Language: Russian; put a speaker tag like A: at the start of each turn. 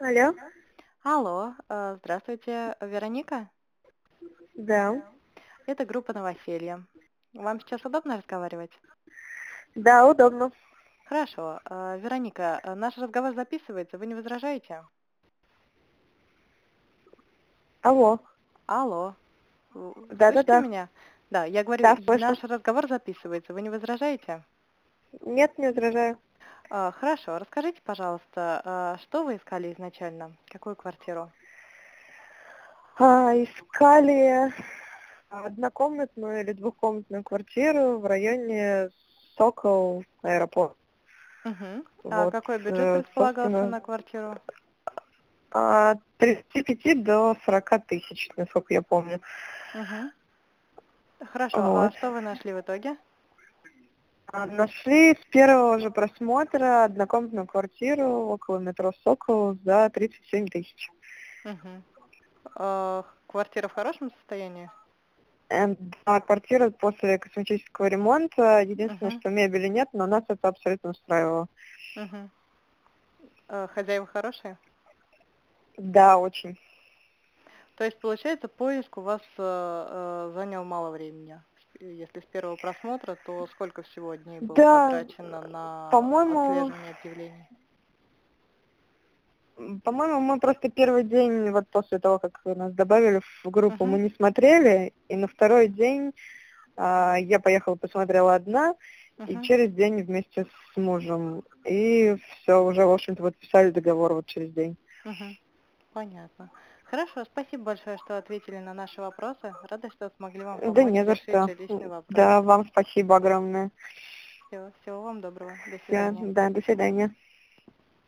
A: Алло.
B: Алло, э, здравствуйте, Вероника?
A: Да.
B: Это группа «Новоселье». Вам сейчас удобно разговаривать?
A: Да, удобно.
B: Хорошо. Э, Вероника, э, наш разговор записывается, вы не возражаете?
A: Алло.
B: Алло. Вы
A: Да-да-да.
B: слышите меня? Да, я говорю,
A: Да, слышу.
B: наш разговор записывается, вы не возражаете?
A: Нет, не возражаю.
B: Э, Хорошо, расскажите, пожалуйста, э, что вы искали изначально? Какую квартиру?
A: А, искали однокомнатную или двухкомнатную квартиру в районе Сокол аэропорт.
B: Мгм. А
A: Вот,
B: какой
A: э,
B: бюджет предполагался
A: собственно,
B: на квартиру?
A: От 35 А, до 40 тысяч, насколько я помню.
B: Мгм. Хорошо, а
A: вот.
B: что вы нашли в итоге?
A: А, Нашли с первого же просмотра однокомнатную квартиру около метро Сокол за 37 тысяч.
B: Мгм. А, Квартира в хорошем состоянии?
A: Эм, Да, квартира после косметического ремонта. Единственное,
B: Мгм.
A: что мебели нет, но нас это абсолютно устраивало.
B: Мгм. А, Хозяева хорошие?
A: Да, очень.
B: То есть, получается, поиск у вас э, э, занял мало времени? Если с первого просмотра, то сколько всего дней было
A: Да,
B: потрачено на
A: по-моему,
B: отслеживание объявлений?
A: М, По-моему, мы просто первый день, вот после того, как нас добавили в группу,
B: Мгм.
A: мы не смотрели. И на второй день а, я поехала, посмотрела одна,
B: Мгм.
A: и через день вместе с мужем. И все, уже, в общем-то, подписали договор вот через день.
B: Мгм. Понятно. Хорошо, спасибо большое, что ответили на наши вопросы. Рада, что смогли вам помочь
A: да не за
B: решить
A: что.
B: жилищный вопрос.
A: Да, вам спасибо огромное.
B: Всё, всего вам доброго. До
A: Всё,
B: свидания.
A: да, до свидания.